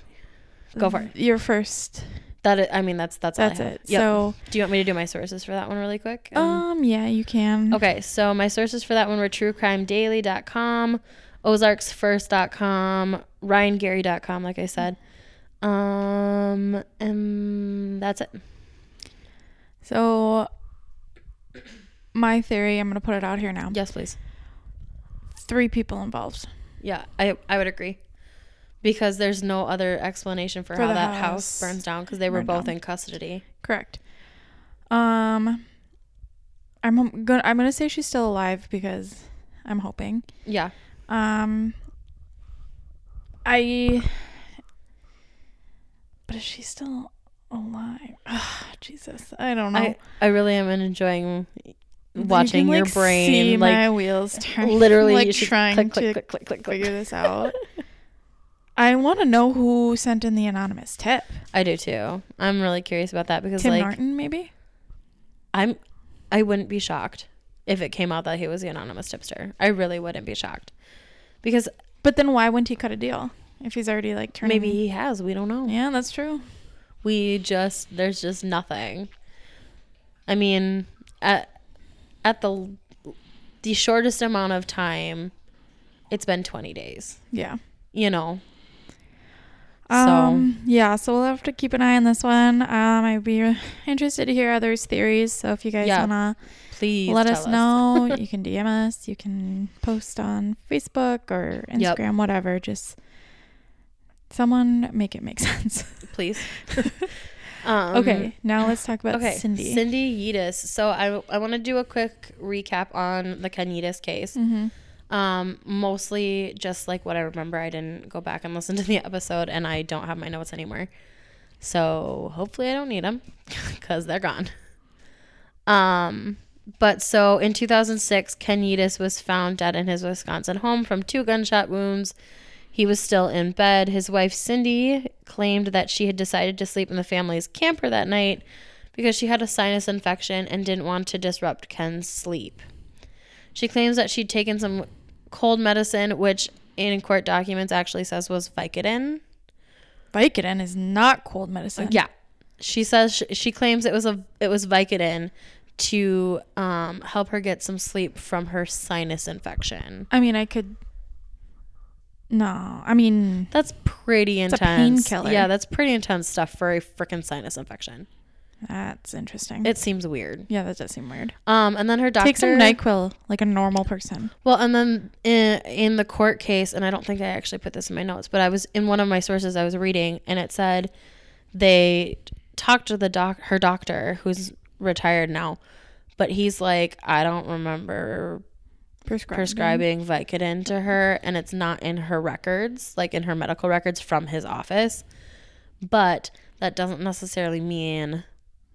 Speaker 2: Go for it.
Speaker 1: Your first.
Speaker 2: that i I mean that's that's all I
Speaker 1: That's
Speaker 2: have.
Speaker 1: it.
Speaker 2: Yep.
Speaker 1: So
Speaker 2: do you want me to do my sources for that one really quick And-
Speaker 1: um, yeah, you can.
Speaker 2: Okay, so my sources for that one were truecrimedaily.com, ozarksfirst.com, ryangary.com, like I said. Um, and that's it.
Speaker 1: So my theory, I'm gonna put it out here now.
Speaker 2: Yes, please.
Speaker 1: Three people involved
Speaker 2: Yeah, I, I would agree. Because there's no other explanation for,
Speaker 1: For
Speaker 2: how
Speaker 1: the
Speaker 2: that house,
Speaker 1: house.
Speaker 2: burns down because they were
Speaker 1: Burned
Speaker 2: both
Speaker 1: down.
Speaker 2: in custody.
Speaker 1: Correct. Um, I'm gonna I'm gonna say she's still alive because I'm hoping.
Speaker 2: Yeah.
Speaker 1: Um, I. But is she still alive? Ah, Jesus, I don't know.
Speaker 2: I, I really am enjoying watching
Speaker 1: You can,
Speaker 2: your
Speaker 1: like,
Speaker 2: brain.
Speaker 1: See
Speaker 2: like,
Speaker 1: my wheels turn.
Speaker 2: literally,
Speaker 1: like
Speaker 2: you should
Speaker 1: trying
Speaker 2: click,
Speaker 1: to
Speaker 2: click, click, click, click, click.
Speaker 1: figure this out. I want to know who sent in the anonymous tip.
Speaker 2: I do too. I'm really curious about that because,
Speaker 1: Tim
Speaker 2: like,
Speaker 1: Norton, maybe.
Speaker 2: I'm I wouldn't be shocked if it came out that he was the anonymous tipster. I really wouldn't be shocked. Because
Speaker 1: But then why wouldn't he cut a deal if he's already like turning?
Speaker 2: maybe he has, we don't know.
Speaker 1: Yeah, that's true.
Speaker 2: We just there's just nothing. I mean, at at the the shortest amount of time, it's been 20 days,
Speaker 1: Yeah.
Speaker 2: you know. So-
Speaker 1: Um, yeah, so we'll have to keep an eye on this one. Um, I'd be interested to hear others' theories. So if you guys
Speaker 2: Yeah.
Speaker 1: wanna
Speaker 2: Please
Speaker 1: let
Speaker 2: tell
Speaker 1: us know, you can DM us, you can post on Facebook or
Speaker 2: Yep.
Speaker 1: Instagram, whatever. Just someone make it make sense.
Speaker 2: Please. Um,
Speaker 1: okay, now let's talk about
Speaker 2: Okay,
Speaker 1: Cindy.
Speaker 2: Cindy Yedis. So I, I want to do a quick recap on the Ken Yedis case.
Speaker 1: hmm
Speaker 2: Um, mostly just like what I remember. I didn't go back and listen to the episode, and I don't have my notes anymore. So hopefully I don't need them because they're gone. Um, but so in 2006, Ken Yeatus was found dead in his Wisconsin home from two gunshot wounds. He was still in bed. His wife, Cindy, claimed that she had decided to sleep in the family's camper that night because she had a sinus infection and didn't want to disrupt Ken's sleep. She claims that she'd taken some cold medicine, which in court documents actually says was Vicodin.
Speaker 1: Vicodin is not cold medicine.
Speaker 2: Yeah. She says she, she claims it was a it was Vicodin to um, help her get some sleep from her sinus infection.
Speaker 1: I mean, I could. No, I mean,
Speaker 2: That's pretty
Speaker 1: a
Speaker 2: intense.
Speaker 1: painkiller.
Speaker 2: Yeah, that's pretty intense stuff for a freaking sinus infection.
Speaker 1: that's interesting.
Speaker 2: It seems weird.
Speaker 1: yeah, that does seem weird.
Speaker 2: Um, and then her doctor
Speaker 1: Take some NyQuil like a normal person.
Speaker 2: Well, and then in, in the court case, and I don't think I actually put this in my notes, but I was in one of my sources I was reading, and it said they talked to the doc, her doctor, who's retired now, but he's like, I don't remember
Speaker 1: Prescribed.
Speaker 2: prescribing Vicodin to her, and it's not in her records, like in her medical records from his office. But that doesn't necessarily mean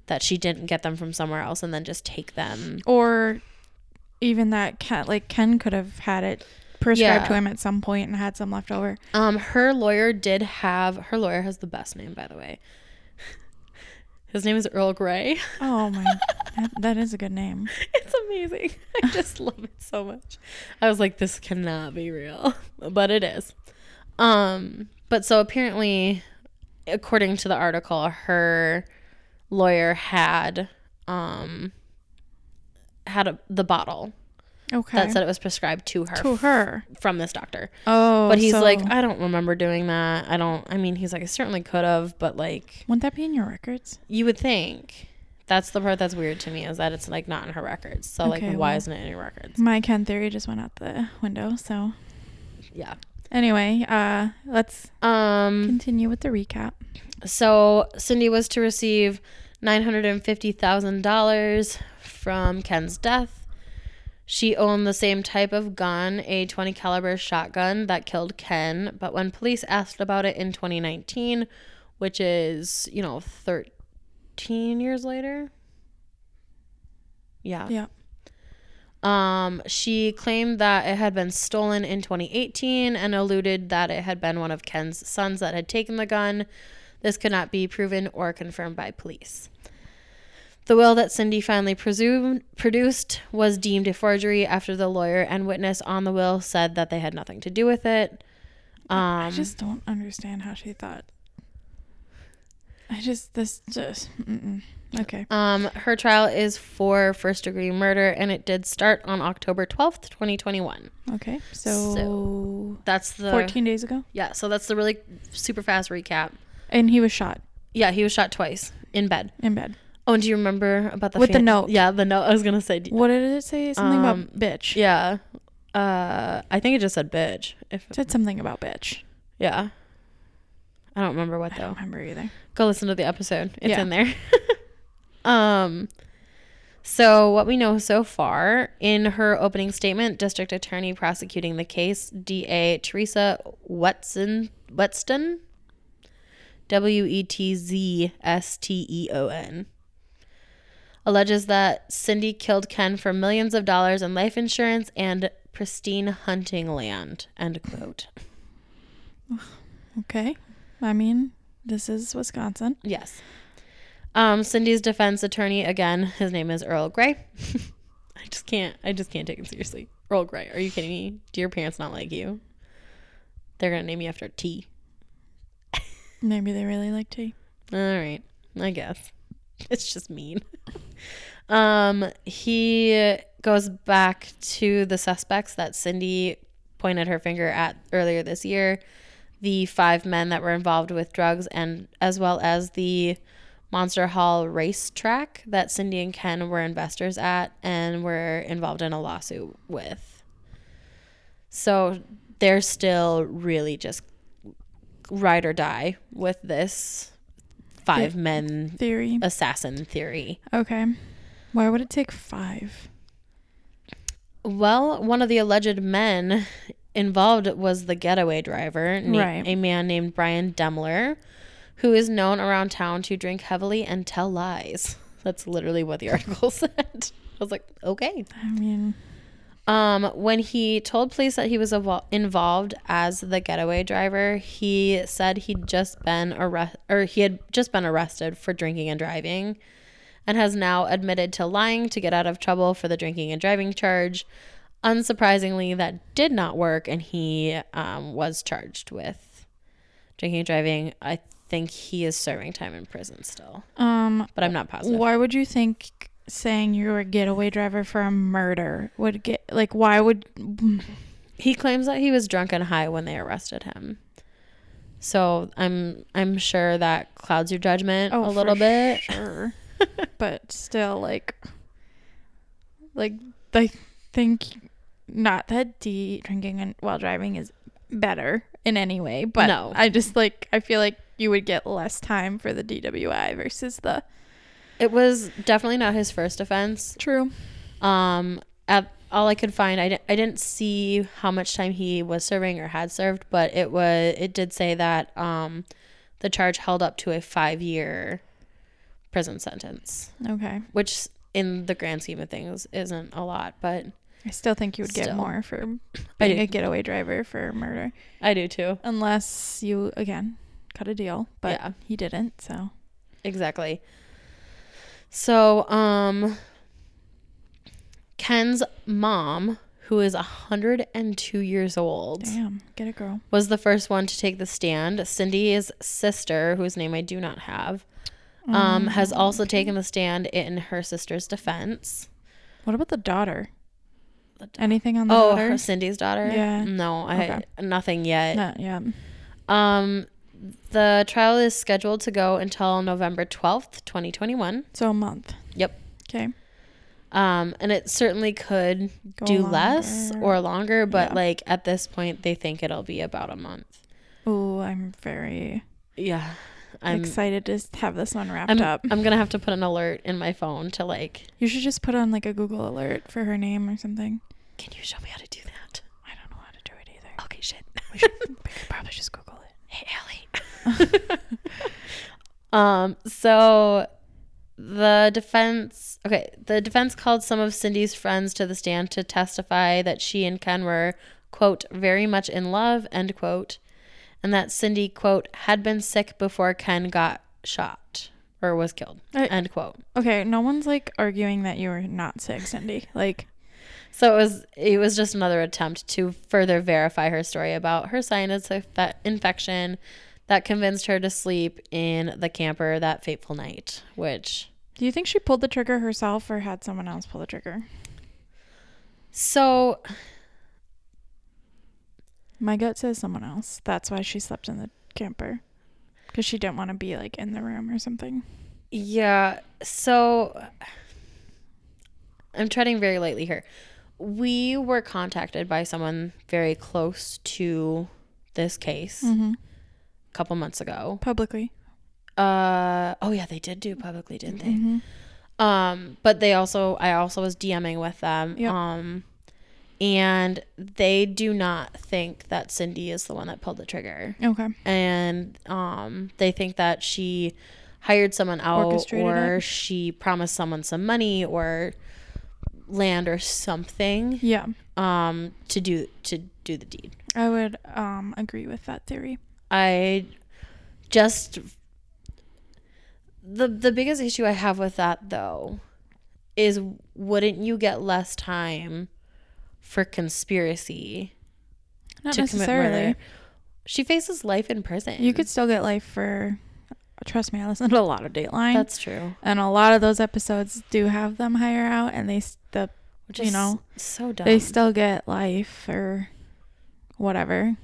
Speaker 2: that she didn't get them from somewhere else and then just take them.
Speaker 1: or even that Ken, like Ken could have had it prescribed
Speaker 2: Yeah.
Speaker 1: to him at some point and had some left over.
Speaker 2: Um, her lawyer did have her lawyer has the best name, by the way. His name is Earl Grey.
Speaker 1: Oh my, that, that is a good name.
Speaker 2: It's amazing. I just love it so much. I was like, this cannot be real, but it is. Um, but so apparently, according to the article, her lawyer had um had a, the bottle
Speaker 1: Okay,
Speaker 2: that said it was prescribed to her
Speaker 1: to her.
Speaker 2: from this doctor.
Speaker 1: Oh,
Speaker 2: But he's
Speaker 1: so-
Speaker 2: like, I don't remember doing that. I don't. I mean, he's like, I certainly could have, but like,
Speaker 1: wouldn't that be in your records?
Speaker 2: you would think that's the part that's weird to me is that it's like not in her records. So like,
Speaker 1: Okay,
Speaker 2: why
Speaker 1: well.
Speaker 2: isn't it in your records?
Speaker 1: My Ken theory just went out the window. So
Speaker 2: Yeah.
Speaker 1: anyway, uh, let's
Speaker 2: Um.
Speaker 1: continue with the recap.
Speaker 2: So Cindy was to receive nine hundred and fifty thousand dollars from Ken's death. She owned the same type of gun, a 20 caliber shotgun that killed Ken, but when police asked about it in 2019, which is, you know, 13 years later. Yeah.
Speaker 1: Yeah.
Speaker 2: Um, she claimed that it had been stolen in 2018 and alluded that it had been one of Ken's sons that had taken the gun. This could not be proven or confirmed by police. The will that Cindy finally presumed, produced was deemed a forgery after the lawyer and witness on the will said that they had nothing to do with it.
Speaker 1: I
Speaker 2: Um,
Speaker 1: just don't understand how she thought. I just this just mm-mm. okay.
Speaker 2: um, her trial is for first degree murder and it did start on October 12th, 2021.
Speaker 1: Okay, so,
Speaker 2: That's the
Speaker 1: fourteen days ago,
Speaker 2: Yeah, so that's the really super fast recap.
Speaker 1: and he was shot
Speaker 2: Yeah, he was shot twice in bed.
Speaker 1: in bed.
Speaker 2: Oh, and do you remember about the
Speaker 1: With the note.
Speaker 2: Yeah, the note. I was gonna say. do-
Speaker 1: What did it say? Something
Speaker 2: Um,
Speaker 1: about bitch.
Speaker 2: Yeah, uh, I think it just said bitch. If
Speaker 1: It said something about bitch.
Speaker 2: yeah, I don't remember what
Speaker 1: I don't
Speaker 2: though.
Speaker 1: remember either.
Speaker 2: Go listen to the episode. It's
Speaker 1: Yeah.
Speaker 2: in there. um, so what we know so far in her opening statement, District Attorney prosecuting the case, D.A. Teresa Wetson Wetston, W E T Z S T E O N. alleges that Cindy killed Ken for millions of dollars in life insurance and pristine hunting land. End quote.
Speaker 1: Okay, I mean this is Wisconsin.
Speaker 2: Yes. Um, Cindy's defense attorney again. His name is Earl Grey. I just can't. I just can't take him seriously. Earl Grey. Are you kidding me? Do your parents not like you? They're gonna name you after T.
Speaker 1: Maybe they really like tea.
Speaker 2: All right. I guess it's just mean. um, he goes back to the suspects that Cindy pointed her finger at earlier this year. The five men that were involved with drugs, and as well as the Monster Hall racetrack that Cindy and Ken were investors at and were involved in a lawsuit with. So they're still really just ride or die with this five men
Speaker 1: Theory.
Speaker 2: assassin theory.
Speaker 1: Okay, why would it take five?
Speaker 2: Well, one of the alleged men involved was the getaway driver, na-
Speaker 1: Right.
Speaker 2: a man named Brian Demler, who is known around town to drink heavily and tell lies. That's literally what the article said. I was like, okay.
Speaker 1: I mean,
Speaker 2: Um, when he told police that he was evol- involved as the getaway driver, he said he'd just been arrest or he had just been arrested for drinking and driving, and has now admitted to lying to get out of trouble for the drinking and driving charge. Unsurprisingly, that did not work, and he um, was charged with drinking and driving. I think he is serving time in prison still,
Speaker 1: um,
Speaker 2: but I'm not positive.
Speaker 1: why would you think saying you were a getaway driver for a murder would get like why would
Speaker 2: He claims that he was drunk and high when they arrested him. So I'm I'm sure that clouds your judgment
Speaker 1: Oh,
Speaker 2: a
Speaker 1: for
Speaker 2: little bit.
Speaker 1: sure. but still like like i think not that de drinking and while driving is better in any way but
Speaker 2: No.
Speaker 1: i just like i feel like you would get less time for the dwi versus the
Speaker 2: It was definitely not his first offense.
Speaker 1: true
Speaker 2: Um, at, all I could find, I, di- I didn't see how much time he was serving or had served, but it was it did say that um, the charge held up to a five year prison sentence,
Speaker 1: okay
Speaker 2: which in the grand scheme of things isn't a lot, but
Speaker 1: i still think you would get
Speaker 2: Still.
Speaker 1: more for
Speaker 2: I
Speaker 1: being
Speaker 2: do.
Speaker 1: a getaway driver for murder
Speaker 2: I do too.
Speaker 1: unless you again cut a deal but
Speaker 2: Yeah.
Speaker 1: he didn't so
Speaker 2: Exactly. So, um, Ken's mom, who is 102 years old,
Speaker 1: damn get a girl
Speaker 2: was the first one to take the stand. Cindy's sister, whose name I do not have, um, has
Speaker 1: Mm.
Speaker 2: also taken the stand in her sister's defense.
Speaker 1: what about the daughter anything on the
Speaker 2: Oh,
Speaker 1: daughter
Speaker 2: her Cindy's daughter?
Speaker 1: Yeah.
Speaker 2: No, I
Speaker 1: Okay.
Speaker 2: nothing yet.
Speaker 1: Not yet.
Speaker 2: Um, the trial is scheduled to go until November 12th, 2021.
Speaker 1: So a month.
Speaker 2: Yep.
Speaker 1: Okay.
Speaker 2: Um, and it certainly could
Speaker 1: Go
Speaker 2: do less
Speaker 1: longer.
Speaker 2: or longer, but
Speaker 1: Yeah.
Speaker 2: like at this point, they think it'll be about a month.
Speaker 1: Ooh, I'm very
Speaker 2: Yeah, I'm.
Speaker 1: excited to have this one wrapped
Speaker 2: I'm,
Speaker 1: up.
Speaker 2: I'm gonna have to put an alert in my phone to like.
Speaker 1: you should just put on like a Google alert for her name or something.
Speaker 2: Can you show me how to do that?
Speaker 1: I don't know how to do it either.
Speaker 2: Okay, shit.
Speaker 1: We should we could probably just Google it.
Speaker 2: Hey, Allie. um. So, the defense. Okay, the defense called some of Cindy's friends to the stand to testify that she and Ken were quote very much in love end quote, and that Cindy quote had been sick before Ken got shot or was killed
Speaker 1: I-
Speaker 2: end quote.
Speaker 1: Okay, no one's like arguing that you were not sick, Cindy. Like,
Speaker 2: So it was it was just another attempt to further verify her story about her sinus infe- infection that convinced her to sleep in the camper that fateful night, which
Speaker 1: do you think she pulled the trigger herself or had someone else pull the trigger?
Speaker 2: so
Speaker 1: My gut says someone else. That's why she slept in the camper. Because she didn't want to be like in the room or something.
Speaker 2: yeah, so I'm treading very lightly here. We were contacted by someone very close to this case
Speaker 1: Mm-hmm.
Speaker 2: a couple months ago.
Speaker 1: Publicly.
Speaker 2: Uh oh yeah, they did do it publicly, didn't they?
Speaker 1: Mhm.
Speaker 2: Um, but they also I also was DMing with them.
Speaker 1: Yep.
Speaker 2: Um and they do not think that Cindy is the one that pulled the trigger.
Speaker 1: Okay.
Speaker 2: And um they think that she hired someone out
Speaker 1: Orchestrated
Speaker 2: or
Speaker 1: it?
Speaker 2: she promised someone some money or land or something
Speaker 1: Yeah.
Speaker 2: um to do to do the deed.
Speaker 1: I would um agree with that theory.
Speaker 2: I just the the biggest issue I have with that though is wouldn't you get less time for conspiracy
Speaker 1: Not
Speaker 2: to commit
Speaker 1: necessarily.
Speaker 2: murder? She faces life in prison.
Speaker 1: You could still get life for. Trust me, I listened to a lot of Dateline,
Speaker 2: That's true.
Speaker 1: and a lot of those episodes do have them higher out, and they s- the
Speaker 2: Which
Speaker 1: You
Speaker 2: is
Speaker 1: know,
Speaker 2: so dumb.
Speaker 1: they still get life or whatever.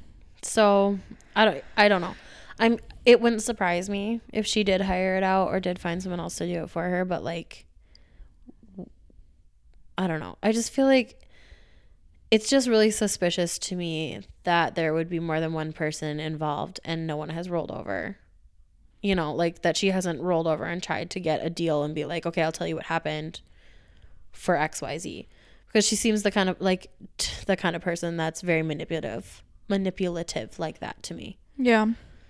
Speaker 2: so I don't I don't know. I'm it wouldn't surprise me if she did hire it out or did find someone else to do it for her, but like I don't know. I just feel like it's just really suspicious to me that there would be more than one person involved and no one has rolled over. You know, like that she hasn't rolled over and tried to get a deal and be like, okay, I'll tell you what happened for XYZ. Because she seems the kind of like t- the kind of person that's very manipulative, manipulative like that to me.
Speaker 1: Yeah,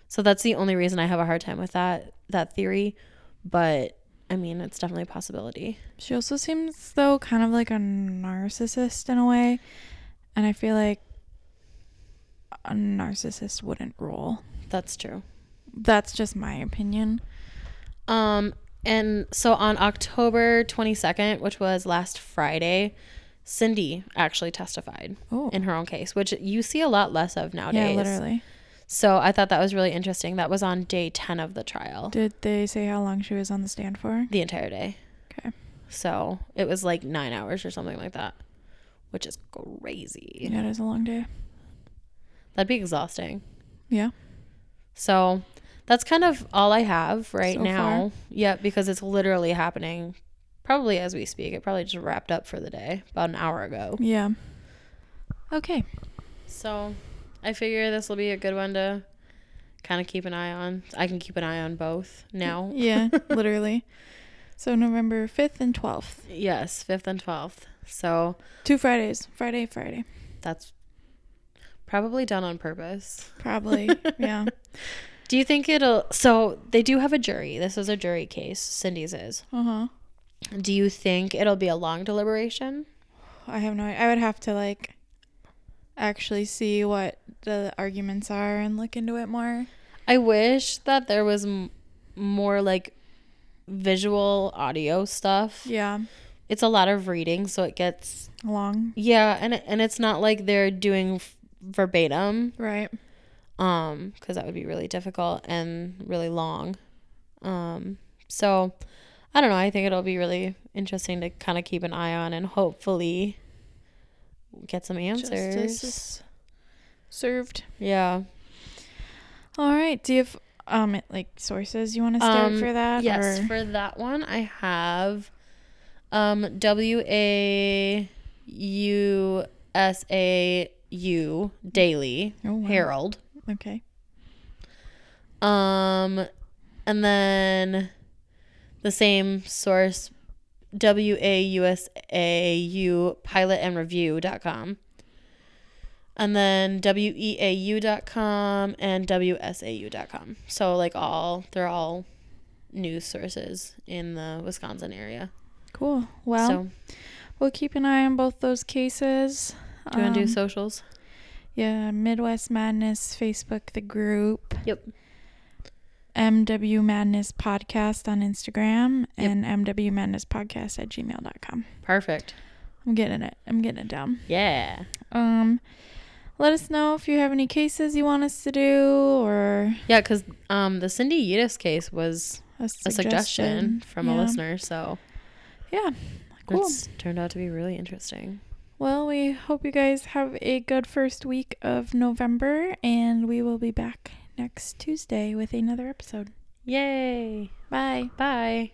Speaker 2: So that's the only reason I have a hard time with that that theory, but I mean, it's definitely a possibility.
Speaker 1: She also seems though kind of like a narcissist in a way, and I feel like a narcissist wouldn't rule.
Speaker 2: That's true.
Speaker 1: That's just my opinion.
Speaker 2: Um, and so on October 22nd, which was last Friday, Cindy actually testified
Speaker 1: Oh,
Speaker 2: in her own case, which you see a lot less of
Speaker 1: yeah,
Speaker 2: nowadays.
Speaker 1: literally.
Speaker 2: So I thought that was really interesting. That was on day 10 of the trial,
Speaker 1: Did they say how long she was on the stand for?
Speaker 2: the entire day.
Speaker 1: Okay.
Speaker 2: So it was like nine hours or something like that, which is crazy.
Speaker 1: Yeah, it is a long day.
Speaker 2: That'd be exhausting.
Speaker 1: Yeah.
Speaker 2: So that's kind of all I have right
Speaker 1: So
Speaker 2: now.
Speaker 1: far.
Speaker 2: Yeah, because it's literally happening probably as we speak. It probably just wrapped up for the day about an hour ago.
Speaker 1: Yeah. Okay.
Speaker 2: So I figure this will be a good one to kind of keep an eye on. I can keep an eye on both now.
Speaker 1: Yeah, literally. So November 5th and 12th.
Speaker 2: Yes, 5th and 12th. So
Speaker 1: Two Fridays. Friday, Friday.
Speaker 2: that's probably done on purpose.
Speaker 1: Probably. yeah.
Speaker 2: Do you think it'll. So they do have a jury. This is a jury case. Cindy's is.
Speaker 1: Uh huh.
Speaker 2: Do you think it'll be a long deliberation?
Speaker 1: I have no I would have to like actually see what the arguments are and look into it more.
Speaker 2: I wish that there was m- more like visual audio stuff.
Speaker 1: Yeah.
Speaker 2: It's a lot of reading, so it gets
Speaker 1: Long.
Speaker 2: yeah, and it- and it's not like they're doing f- verbatim,
Speaker 1: Right.
Speaker 2: um, because that would be really difficult and really long, um. So, I don't know. I think it'll be really interesting to kind of keep an eye on and hopefully get some answers.
Speaker 1: Justice is served.
Speaker 2: Yeah.
Speaker 1: All right. Do you have um like sources you want to start
Speaker 2: Um,
Speaker 1: for that?
Speaker 2: Yes,
Speaker 1: or-
Speaker 2: for that one I have um W A U S A U Daily
Speaker 1: Oh, wow.
Speaker 2: Herald.
Speaker 1: Okay.
Speaker 2: Um and then the same source W A U S A U pilot and review dot com. And then W E A U dot com and W S A U dot com. So like all they're all news sources in the Wisconsin area.
Speaker 1: Cool. Well,
Speaker 2: so
Speaker 1: we'll keep an eye on both those cases.
Speaker 2: do you wanna do
Speaker 1: Um,
Speaker 2: socials?
Speaker 1: Yeah, Midwest Madness Facebook, the group.
Speaker 2: Yep.
Speaker 1: MW Madness Podcast on Instagram and MW Madness Podcast at gmail.com.
Speaker 2: Perfect.
Speaker 1: I'm getting it. I'm getting it down.
Speaker 2: Yeah.
Speaker 1: Um, let us know if you have any cases you want us to do or
Speaker 2: Yeah, because um the Cindy Yudis case was
Speaker 1: a
Speaker 2: a
Speaker 1: suggestion,
Speaker 2: suggestion from a
Speaker 1: Yeah.
Speaker 2: listener, so
Speaker 1: Yeah. Cool.
Speaker 2: It's turned out to be really interesting.
Speaker 1: Well, we hope you guys have a good first week of November, and we will be back next Tuesday with another episode.
Speaker 2: Yay.
Speaker 1: Bye.
Speaker 2: Bye.